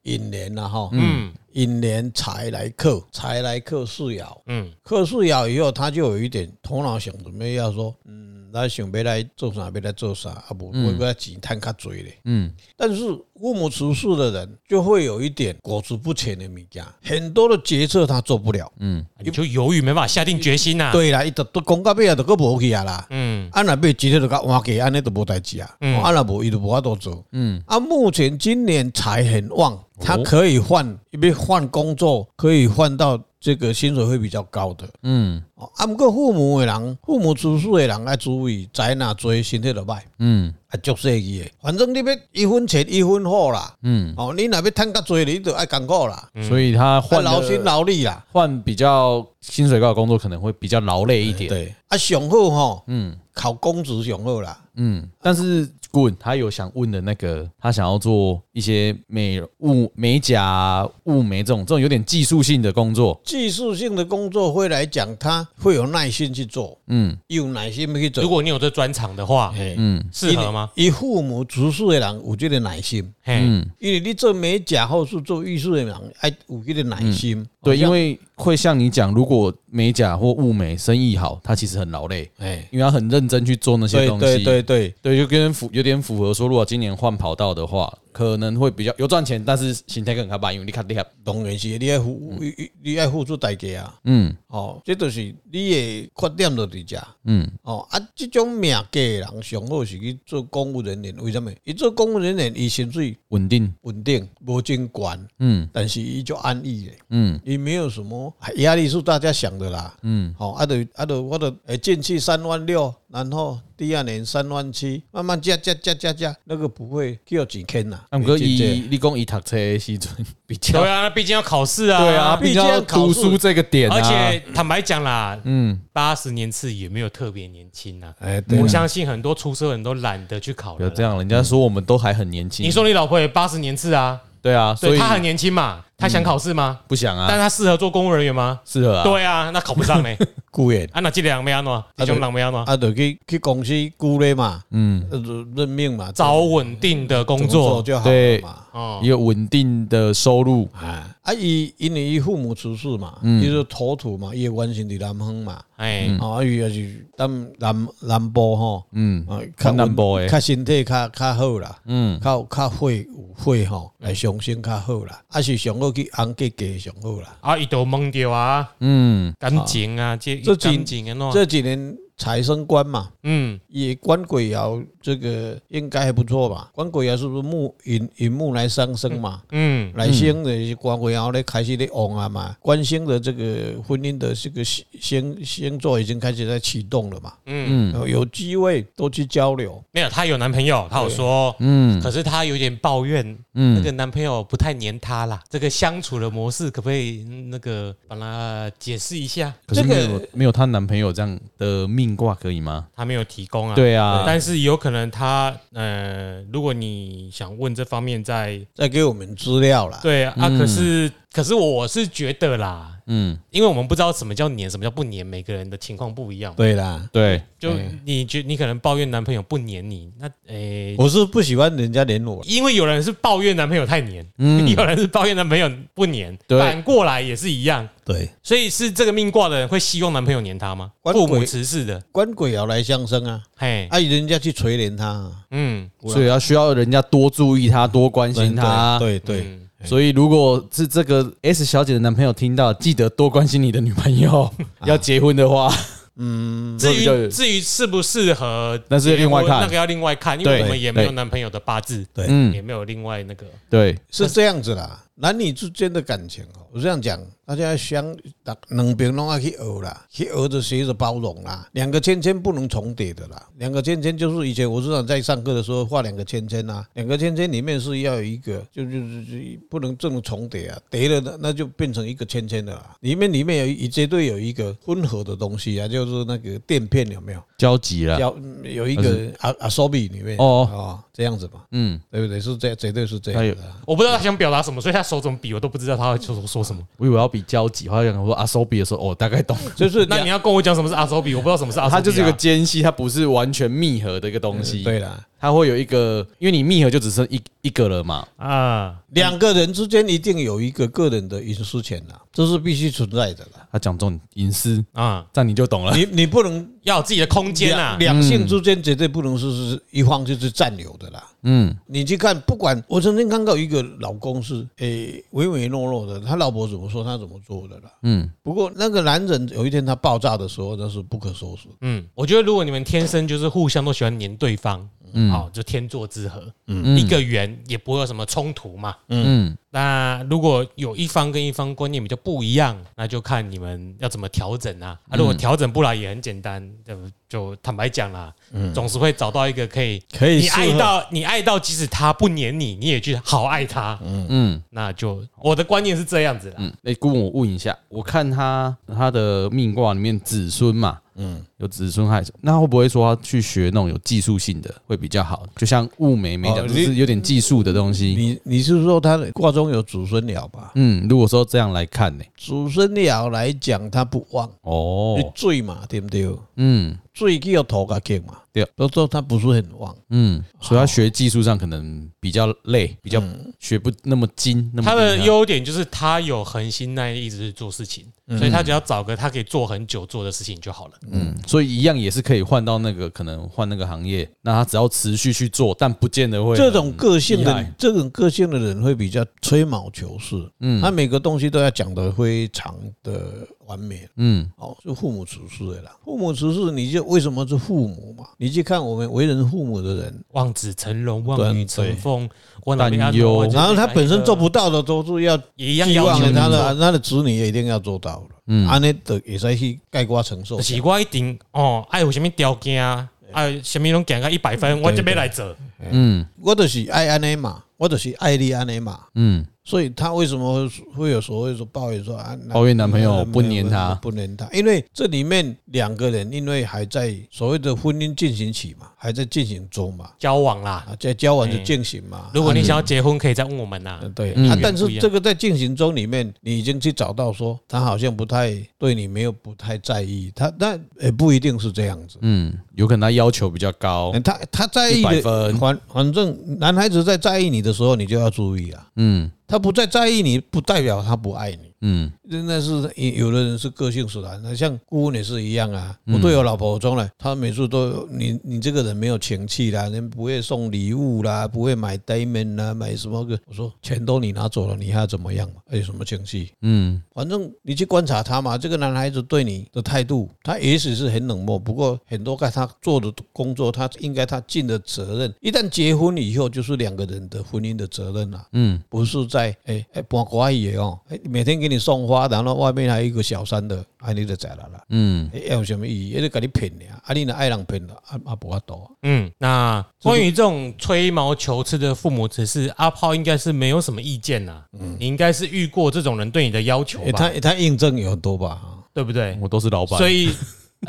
寅年了哈？嗯，寅年财来克，财来克四爻，嗯，克四爻以后，他就有一点头脑想准备要说，嗯，那想要来做啥，要来做啥，啊不，我要钱赚较多咧。嗯，但是父母处事的人就会有一点裹足不前的物件，很多的决策他做不了。你就犹豫没办法下定决心呐，，对啦，伊都都讲到尾啊，都个无去啊啦。嗯啊，若要直接就甲换给，安尼都无代志啊。嗯啊，若无伊就无法度做。嗯，啊，目前今年财很哦旺，他可以换，要换工作，可以换到这个薪水会比较高的。嗯哦啊，毋过父母的人，父母出事的人要注意，灾若做身体就歹。嗯啊，足细意的，反正你要一分钱一分货啦。嗯，哦，你若要趁较侪，你就爱艰苦啦，所以他爱换嗯劳了心劳力啦。换比较薪水高的工作，可能会比较劳累一点。对，啊，上好吼，嗯考公职上好啦。嗯，但是滚他有想问的那个，他想要做一些美物美甲啊、物美这种这种有点技术性的工作。技术性的工作会来讲，他会有耐心去做，嗯有耐心去做。如果你有这专长的话，嘿嗯适合吗？？以父母主事的人有这个耐心，嘿，嗯，因为你做美甲或是做艺术的人，爱有这个耐心。嗯对，哦好像因为会像你讲，如果美甲或物美生意好，他其实很劳累，哎，因为他很认真去做那些对东西。对对对，对，就跟符有点符合说，如果今年换跑道的话，可能会比较有赚钱，但是心态更害怕，因为你看你看，当然是你爱付，你你爱付出代价啊。嗯哦，这就是你的缺点就伫遮。嗯哦啊，这种命格的人上好是去做公务人员，为什么？伊做公务人员，伊薪水稳定，稳定，无真悬，嗯但是伊就安逸的。嗯伊没有什么哎压力，是大家想的啦。嗯，好、啊就啊就我就诶进去三万六，然后第二年三万七，慢慢加加加加加，那个不会叫几天呐、啊，毋过会进伊你讲伊 读册的时阵比较对，啊，那毕竟要考试啊，对啊，毕毕竟竟要要考读试书这个点啊，而且坦白讲啦，嗯，八十年次也没有特别年轻呐，哎，对我相信很多出社会人都懒得去考不要了这啦。样，人家说我们都还很年轻，你说你老婆也八十年次啊，对啊，所对，以她很年轻嘛，她想考试吗？不想但啊，她适合做公务人员吗？适合啊，对啊，那考不上呢。雇员啊，那这两没安喏，这种人没安喏，啊，就去去公司雇咧嘛，嗯，呃就任命嘛，找稳定的工工作作就好了对嘛。哎哦一，个稳定的收入，啊，啊，伊因为伊父母出世嘛，伊、嗯是土土嘛，伊原先伫南方嘛，哎，啊，伊也是咱南南部吼，嗯啊，看南部的较身体较较好啦，嗯较有较血有血吼，来上身较好啦，啊是上好去红结结上好啦。啊，伊都蒙掉啊，嗯感情啊，这这几感情安哦喏，这几年财生官嘛，嗯，也官鬼爻这个应该还不错吧？官鬼爻是不是木引引木来上升嘛？嗯，来生的官鬼爻咧开始咧旺啊嘛，官星的这个婚姻的这个星星星座已经开始在启动了嘛，嗯有有机会多去交流，没有，她有男朋友，她有说，嗯可是她有点抱怨，那嗯个男朋友不太黏她啦，这个相处的模式可不可以嗯那个帮她解释一下？可是这没个有没有她男朋友这样的命卦可以吗？她没有提供啊，对啊，但是有可能她呃，如果你想问这方面在，再给我们资料啦。对啊，啊嗯可是可是我是觉得啦，嗯，因为我们不知道什么叫黏，什么叫不黏，每个人的情况不一样。对啦，对，就你觉你可能抱怨男朋友不黏你，那诶、我是不喜欢人家连我，因为有人是抱怨男朋友太黏， 有人是抱怨男朋友不黏，嗯对反过来也是一样。对，所以是这个命卦的人会希望男朋友黏她吗？关父母鬼慈氏的，官鬼爻来相生啊，嘿，哎，人家去垂怜他啊，嗯，所以要需要人家多注意她，多关心她。对对，对嗯所以，如果是这个 S 小姐的男朋友听到，记得多关心你的女朋友。要结婚的话，嗯，至比较有于至于适不适合，那是另外看那个要另外看，因对为我们也没有对男朋友的八字，对也嗯，没有另外那个。对，是这样子啦。男女之间的感情哦，我这样讲，大家相打两边拢要去学啦，去学着学着包容啦，两个圈圈不能重叠的啦，两个圈圈就是以前我知道在上课的时候画两个圈圈啊，两个圈圈里面是要有一个，就就就就不能这么重叠啊，叠了那那就变成一个圈圈的啦，里面里面有一绝对有一个混合的东西啊，就是那个垫片有没有？交集了，要嗯有一个阿阿索比里面啊哦哦这样子嘛，嗯，对不对？是这绝对是这样的啊。我不知道他想表达什么，所以他手怎么比我都不知道他会说说什么。我以为要比交集，后来想说阿 s o b 的时候，哦，大概懂， 就是那你要跟我讲什么是阿手比，我不知道什么是阿手比、啊。它就是一个间隙，它不是完全密合的一个东西，对啦，它会有一个，因为你密合就只剩一一个了嘛，啊，两个人之间一定有一个个人的隐私权啦，这是必须存在的啦。他讲这种隐私，啊，这样你就懂了。你你不能要有自己的空间啊两。两性之间绝对不能是是一方就是占有的啦。嗯，你去看，不管我曾经看到一个老公是诶唯唯诺诺的，他老婆怎么说他怎么做的啦。嗯，不过那个男人有一天他爆炸的时候，那是不可收拾。嗯，我觉得如果你们天生就是互相都喜欢黏对方，嗯，好、就天作之合，嗯，一个圆也不会有什么冲突嘛。嗯，那如果有一方跟一方观念比较不一样，那就看你们要怎么调整啊。啊，如果调整不来也很简单，就就坦白讲啦，总是会找到一个可以，啊可以你爱适合，到你爱到，即使他不黏你，你也去好爱他。嗯那就我的观念是这样子啦。嗯。哎，顾问，我问一下，我看他他的命卦里面子孙嘛，嗯，有子孙害，那会不会说他去学那种有技术性的会比较好？就像物美美哦讲，就你是有点技术的东西。你你是说他的卦中有祖孙爻吧？嗯，如果说这样来看呢，祖孙爻来讲，他不旺，你哦，罪嘛，对不对？嗯罪去要头壳见嘛，对，都说他不是很旺。嗯，所以他学技术上可能比较累，比较学不那么精，那么嗯他的厉害优点就是他有恒心耐力，一直去做事情，所以他只要找个他可以做很久做的事情就好了。嗯，所以一样也是可以换到那个可能换那个行业，那他只要持续去做，但不见得会这种个性厉的害这种个性的人会比较吹毛求疵，嗯，他每个东西都要讲得非常的完美。嗯哦，是父母处事的啦。父母处事，你就为什么是父母嘛？你去看我们为人父母的人，望子成龙，望女成凤，我哪边担忧然后他本身做不到的，都是要也一样寄要望求的他你的他的子女也一定要做到了。嗯，安尼的也在去盖瓜承受做，就。是我一定哦，爱有什么条件啊，爱什么拢行啊到一百分，我就要来做。嗯我就是爱安尼嘛，我就是爱你安尼嘛。嗯所以她为什么会有所谓说抱怨说啊，那抱怨男朋友不黏她不黏她，因为这里面两个人因为还在所谓的婚姻进行期嘛，还在进行中嘛，交往啦。啊，在交往的进行嘛。如果你想要结婚，可以再问我们呐嗯，。对嗯啊，但是这个在进行中里面，你已经去找到说他好像不太对你没有不太在意，他但也不一定是这样子。嗯，有可能他要求比较高，嗯他他在意100的分反反正男孩子在在意你的时候，你就要注意啊。嗯他不再在意你，不代表他不爱你。嗯真的是有有的人是个性使然，那像顾问也是一样啊。嗯我对我老婆从来，她每次都有你你这个人没有情趣啦，人不会送礼物啦，不会买 diamond 啦，买什么个？我说钱都你拿走了，你还要怎么样嘛？还有什么情趣？嗯反正你去观察他嘛，这个男孩子对你的态度，他也许是很冷漠，不过很多该他做的工作，他应该他尽的责任。一旦结婚以后，就是两个人的婚姻的责任啦、嗯不是在哎哎搬瓜也哦，哎每天给你送花，然后外面还有一个小三的，啊你就知了啦，嗯，哎有什么意义？哎，就给你骗的啊，啊你若爱人骗了，啊啊不法度啊，嗯，那关于这种吹毛求疵的父母，只是阿炮应该是没有什么意见呐。你应该是遇过这种人对你的要求哎吧他？他印证有很多吧，啊对不对？嗯我都是老板，所以，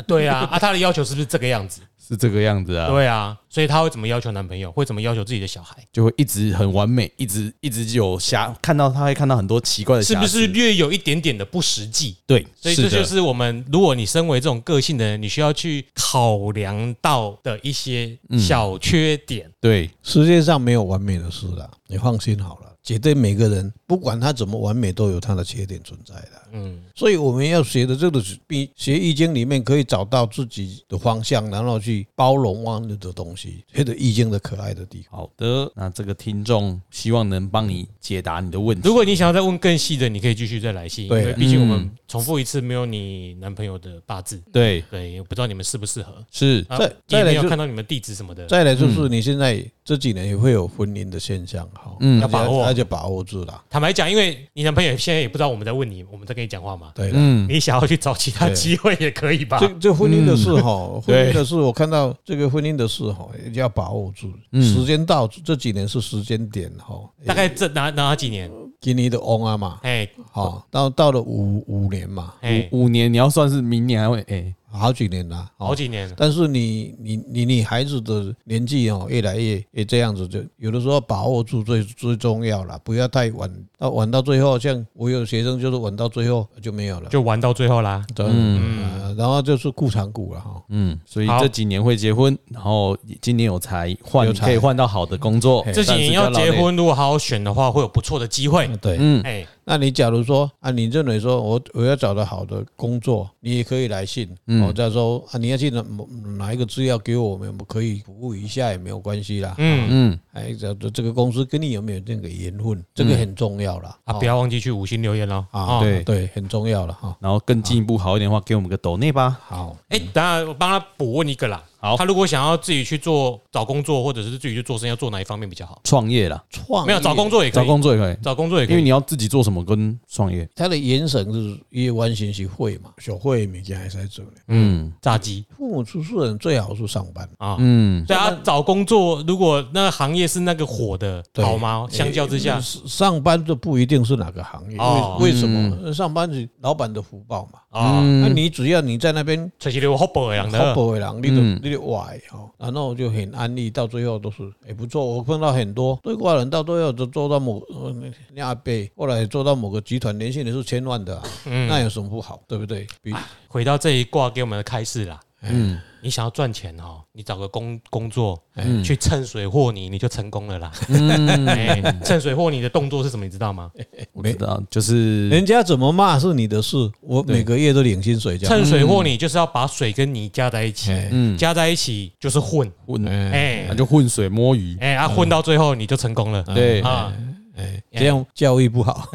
对啊，啊，他的要求是不是这个样子？是这个样子啊，对啊，所以他会怎么要求男朋友？会怎么要求自己的小孩？就会一直很完美，一直一直有瑕，看到他会看到很多奇怪的瑕是不疵，是略有一点点的不实际？对，所以这的就是我们，如果你身为这种个性的人，你需要去考量到的一些小缺点。对，世界上没有完美的事啦，你放心好了，绝对每个人不管他怎么完美，都有他的缺点存在的。嗯，所以我们要学的这个是比学易经里面可以找到自己的方向，然后去包容万物的东西，学的易经的可爱的地方。好的，那这个听众希望能帮你解答你的问题，如果你想要再问更细的，你可以继续再来信，因对啊为毕竟我们嗯重复一次没有你男朋友的八字，对对，我不知道你们适不适合。是啊再也再没来有就看到你们地址什么的，再来就是你现在这几年也会有婚姻的现象，哈，嗯要把握那就把握住了。坦白讲，因为你男朋友现在也不知道我们在问你，我们在跟你讲话嘛，对了，嗯，你想要去找其他机会也可以吧？这这婚姻的事嗯哈，婚对姻的事，我看到这个婚姻的事哈，一定要把握住。嗯时间到，这几年是时间点哈，大概这哪哪几年？今年的翁啊嘛，哎好，到到了五五年嘛，哎，五年你要算是明年还会哎，好几年了，哦好几年了，但是你你你你孩子的年纪哦，越来越也这样子，就有的时候把握住最最重要了，不要太晚，到晚到最后，像我有学生就是晚到最后就没有了，就玩到最后啦。嗯、呃然后就是顾长股了哦哈，嗯，所以好这几年会结婚，然后今年有才换有才可以换到好的工作，哎这几但是年比较要劳结累，婚，如果好好选的话，会有不错的机会。对。嗯，哎，那你假如说啊，你认为说我我要找到好的工作，你也可以来信，嗯我再说啊，你要去哪某哪一个资料给我们，我们可以服务一下也没有关系啦。嗯嗯，哎，这这个公司跟你有没有这个缘分，这个很重要啦。啊，哦不要忘记去五星留言哦。啊，啊，对对对，很重要了哈。然后更进一步好一点的话，给我们个抖内吧。好，哎，等下我帮他补问一个啦。好他如果想要自己去做找工作，或者是自己去做生意，要做哪一方面比较好？创业啦，创没有找工作，作也可找以，工作也可以，找工作也可因为以你。要自己做什么跟创业，他的眼神是一完全是会嘛，小会物件还是在做呢。嗯炸鸡父母出事人最好是上班，啊，嗯，对啊，找工作如果那个行业是那个火的，对好吗？相较之下，上班就不一定是哪个行业，哦为为什么？上班是老板的福报嘛。啊，那嗯你只要你在那边吹起流好薄样好的，不为人，你就嗯你就歪哦，然后就很安逸，到最后都是也不错。我碰到很多对外人，到最后都做到某呃那阿伯，后来做到某个集团，年薪也是千万的啊，那有什么不好？对不对？比回到这一卦给我们的开示啦。嗯你想要赚钱哦，你找个工工作嗯去趁水和泥，你就成功了啦。哎趁水和泥的动作是什么？你知道吗？我知道，就是人家怎么骂是你的事，我每个月都领薪水这样。趁水和泥就是要把水跟泥加在一起，哎嗯加在一起就是混。混，哎那就浑水摸鱼，哎啊，混到最后你就成功了。对，啊，哎，这样教育不好。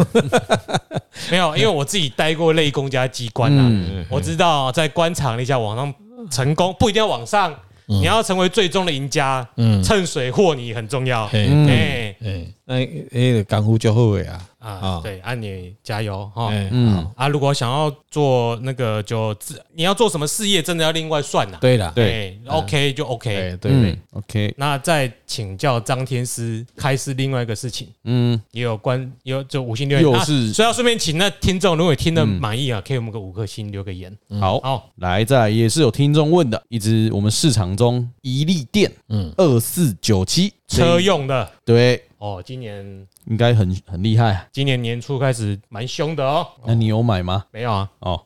没有，因为我自己待过类公家机关啊，嗯我知道在官场你想往上成功，不一定要往上，你要成为最终的赢家，嗯，趁水和泥很重要。哎嗯哎哎，那哎功夫就好的啊。啊，对，啊你加油哈。哎，嗯，啊，如果想要做那个就自，你要做什么事业，真的要另外算呐、对了，哎对哎，OK 就 OK。对对对嗯，，OK，那再请教张天师开示另外一个事情，嗯，也有关也有就五星留言，又啊是嗯所以要顺便请那听众，如果听得满意啊，可以我们个五颗星留个言。好，好，来，再来也是有听众问的，一只我们市场中一利电，嗯，二四九七车，用的对，哦，今年应该很很厉害啊。今年年初开始蛮凶的哦，那你有买吗？没有啊，哦，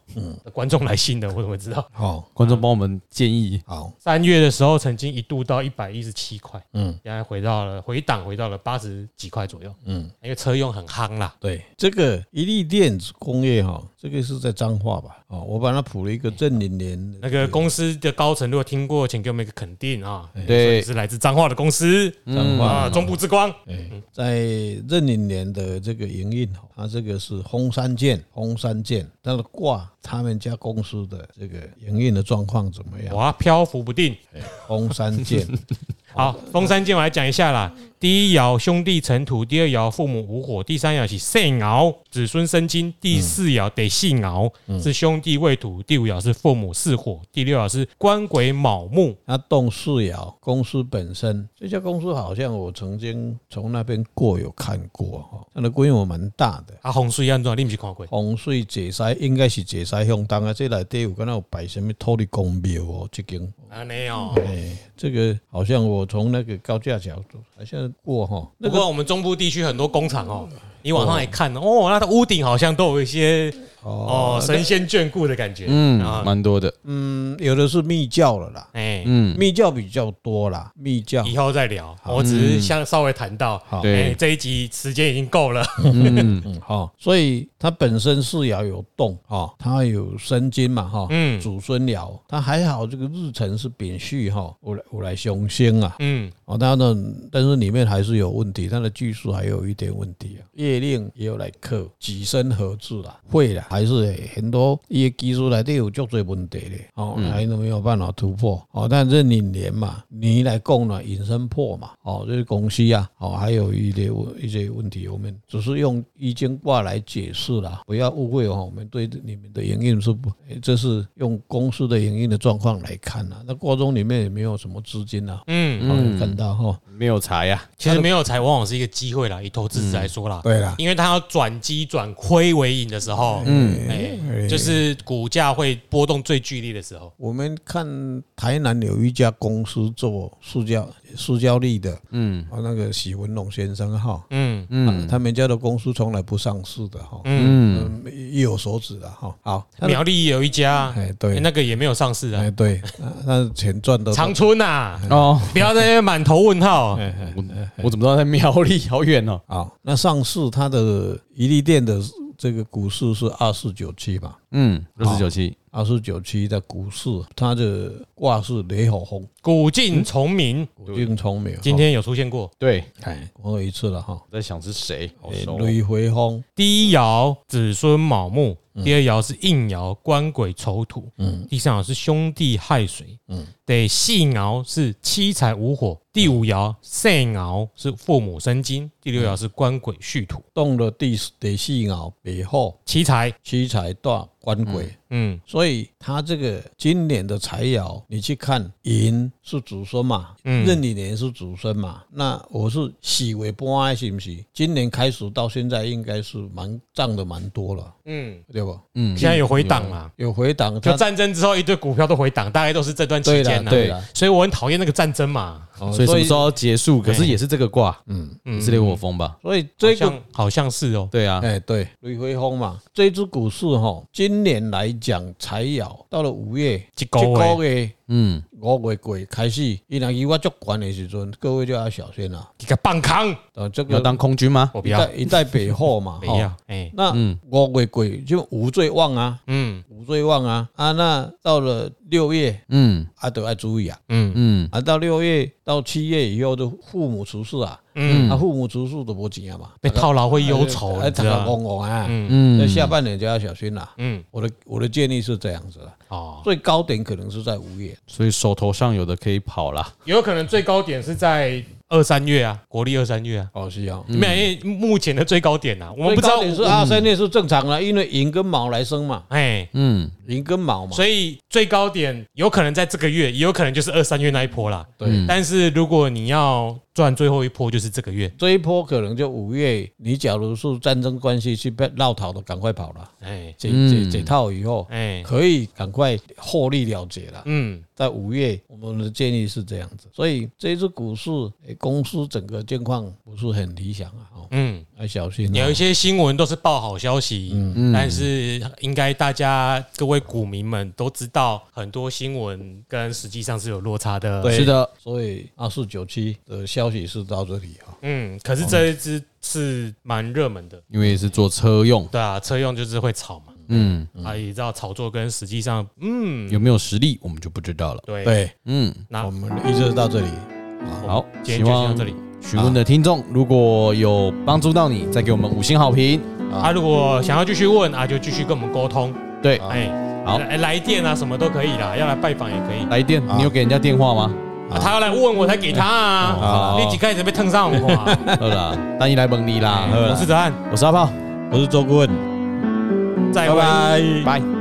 观众来信的，我怎么知道？好，观众帮我们建议，好，三月的时候曾经一度到一百一十七块，嗯现在回到了回档回到了八十几块左右，嗯，因为车用很夯啦。对，这个一粒电子工业哈，这个是在彰化吧？哦，我把它谱了一个正零年的那个公司的高层如果听过，请给我们一个肯定啊！对嗯是来自彰化的公司彰化啊，中部之光。哎，在壬寅年的这个营运哦，它这个是红山舰，红山舰，它的挂他们家公司的这个营运的状况怎嗯么样？哇，漂浮不定。红山 舰，好，封山剑我来讲一下啦。第一爻兄弟成土，第二爻父母无火，第三爻是肾爻子孙生金，第四爻得信爻嗯是兄弟未土，第五爻是父母巳火，第六爻是官鬼卯木。它动四爻，公司本身这家公司好像我曾经从那边过有看过哈，它的规模蛮大的。啊，洪水安装你不是看过？洪水解灾应该是解灾向东啊，这内底有敢若有摆什么土地公庙哦，这间啊，没有。哎，这个好像我从那个高架桥好像过哈，那不个过我们中部地区很多工厂哦，你往上来看哦，那它屋顶好像都有一些哦神仙眷顾的感觉。嗯啊，蛮多的，嗯，有的是密教了啦，哎，嗯，密教比较多啦，密教以后再聊，我只是想稍微谈到，好哎，嗯对，这一集时间已经够了。 嗯，嗯哈、所以它本身是爻有动哈、它有生金嘛哈、嗯祖孙爻，它还好这个日辰是丙戌哈，我来我来雄星啊，嗯，哦，它的但是里面还是有问题，它的技术还有一点问题啊，月月令也有来克，己身合制啦，会啦，还是很多伊的技术内底有足多问题咧，哦，还都没有办法突破，哦，但壬寅年嘛，你来供呢引申破嘛，哦，这是公司啊，哦，还有一些问一些问题，我们只是用易经卦来解释啦，不要误会哦，我们对你们的营运是不，诶这是用公司的营运的状况来看啦，那卦中里面也没有什么资金啊，嗯，嗯，看到哈、没有财呀，其实没有财往往是一个机会啦，以投资者来说啦，对啦，因为他要转机转亏为盈的时候，嗯，哎，就是股价会波动最剧烈的时候，我们看台南有一家公司做塑胶塑胶粒的，嗯，啊，那个许文龙先生哈，嗯嗯，他们家的公司从来不上市的哈，嗯，嗯，一有所指的哈，好，他的苗栗也有一家啊，哎哎对，那个也没有上市啊哎，对，啊那钱赚的长春呐，哦，不要在那边满头问号，我我怎么知道在苗栗好远哦？啊，那上市它的一利店的这个股市是二四九七嘛，嗯，二四九七，二四九七的股市它的卦是雷火风，古晋崇明古镜聪明，今天有出现过，对，哎，我有一次了哈，我在想是谁，好哎熟哦，雷回风，第一爻子孙卯木，第二爻是应爻官鬼丑土，嗯第三爻是兄弟亥水，嗯。得细爻是七财五火，第五爻肾爻是父母生金，第六爻是官鬼戌土，动了第四第四爻背后七财，七财大官鬼，嗯所以他这个今年的财爻，你去看寅是主孙嘛，嗯壬寅年是主孙嘛，那我是喜为波哀，是不是？今年开始到现在应该是蛮涨的蛮多了，嗯，对吧？嗯现在有回档啦。有回档，就它战争之后，一堆股票都回档，大概都是这段期对间了啦。对了，所以我很讨厌那个战争嘛，哦所以什么时候要结束？可是也是这个卦，嗯，也是烈火风吧？所以好这个像好像是哦，对啊，哎，对，吕回风嘛，这只股市哈，今年来讲财爻到了五月，一个这月个月嗯，五月过开始，伊若伊我足悬的时阵，各位就要小心啦。一个棒康，呃，这要个当空军吗？我不一要代一代北后 嘛，不哈要，哎，那五月过就无罪旺啊，嗯无罪旺啊啊！那到了六月嗯啊，都要注意啊嗯嗯啊！到六月到七月以后，就父母出事啊，嗯，啊，父母出事都无钱啊嘛，被套牢会忧愁，哎，你他知道吗公公啊，嗯那嗯下半年就要小心啦。嗯，我的我的建议是这样子啦，哦，最高点可能是在五月，所以手头上有的可以跑啦。有可能最高点是在二三月啊，国历二三月啊，哦，是啊。没有因为目前的最高点啊，我们最不知高道点是二三月是正常的，因为寅跟卯来生嘛，哎，嗯，寅跟卯嘛，所以最高点有可能在这个月，也有可能就是二三月那一波啦。对嗯但是如果你要赚最后一波，就是这个月。这一波可能就五月，你假如是战争关系去被绕逃的，赶快跑了。哎解嗯解解套以后，哎，可以赶快获利了结了。嗯在五月，我们的建议是这样子，所以这一只股市、诶公司整个境况不是很理想啊，哦，嗯，要小心、有一哦。些新闻都是报好消息，嗯但是应该大家各位股民们都知道，很多新闻跟实际上是有落差的。对是的，所以二四九七的消息是到这里啊、嗯，可是这一支是蛮热门的。因为是做车用，对啊，车用就是会炒嘛，嗯，啊，也知道炒作跟实际上，嗯，有没有实力我们就不知道了。对，对，嗯，那我们一直到这里，好，哦今希天就先到望这里。啊询问的听众如果有帮助到你，再给我们五星好评。啊，如果想要继续问啊，就继续跟我们沟通。对，哎、啊好啊来来电啊，什么都可以啦，要来拜访也可以。来电，好你有给人家电话吗？啊他要来问我才给他啊，好你几开始被烫上我 啊？好啦，单一来蒙你啦。好我啦是泽汉，我是阿炮，我是周顾问。再拜会。拜。拜。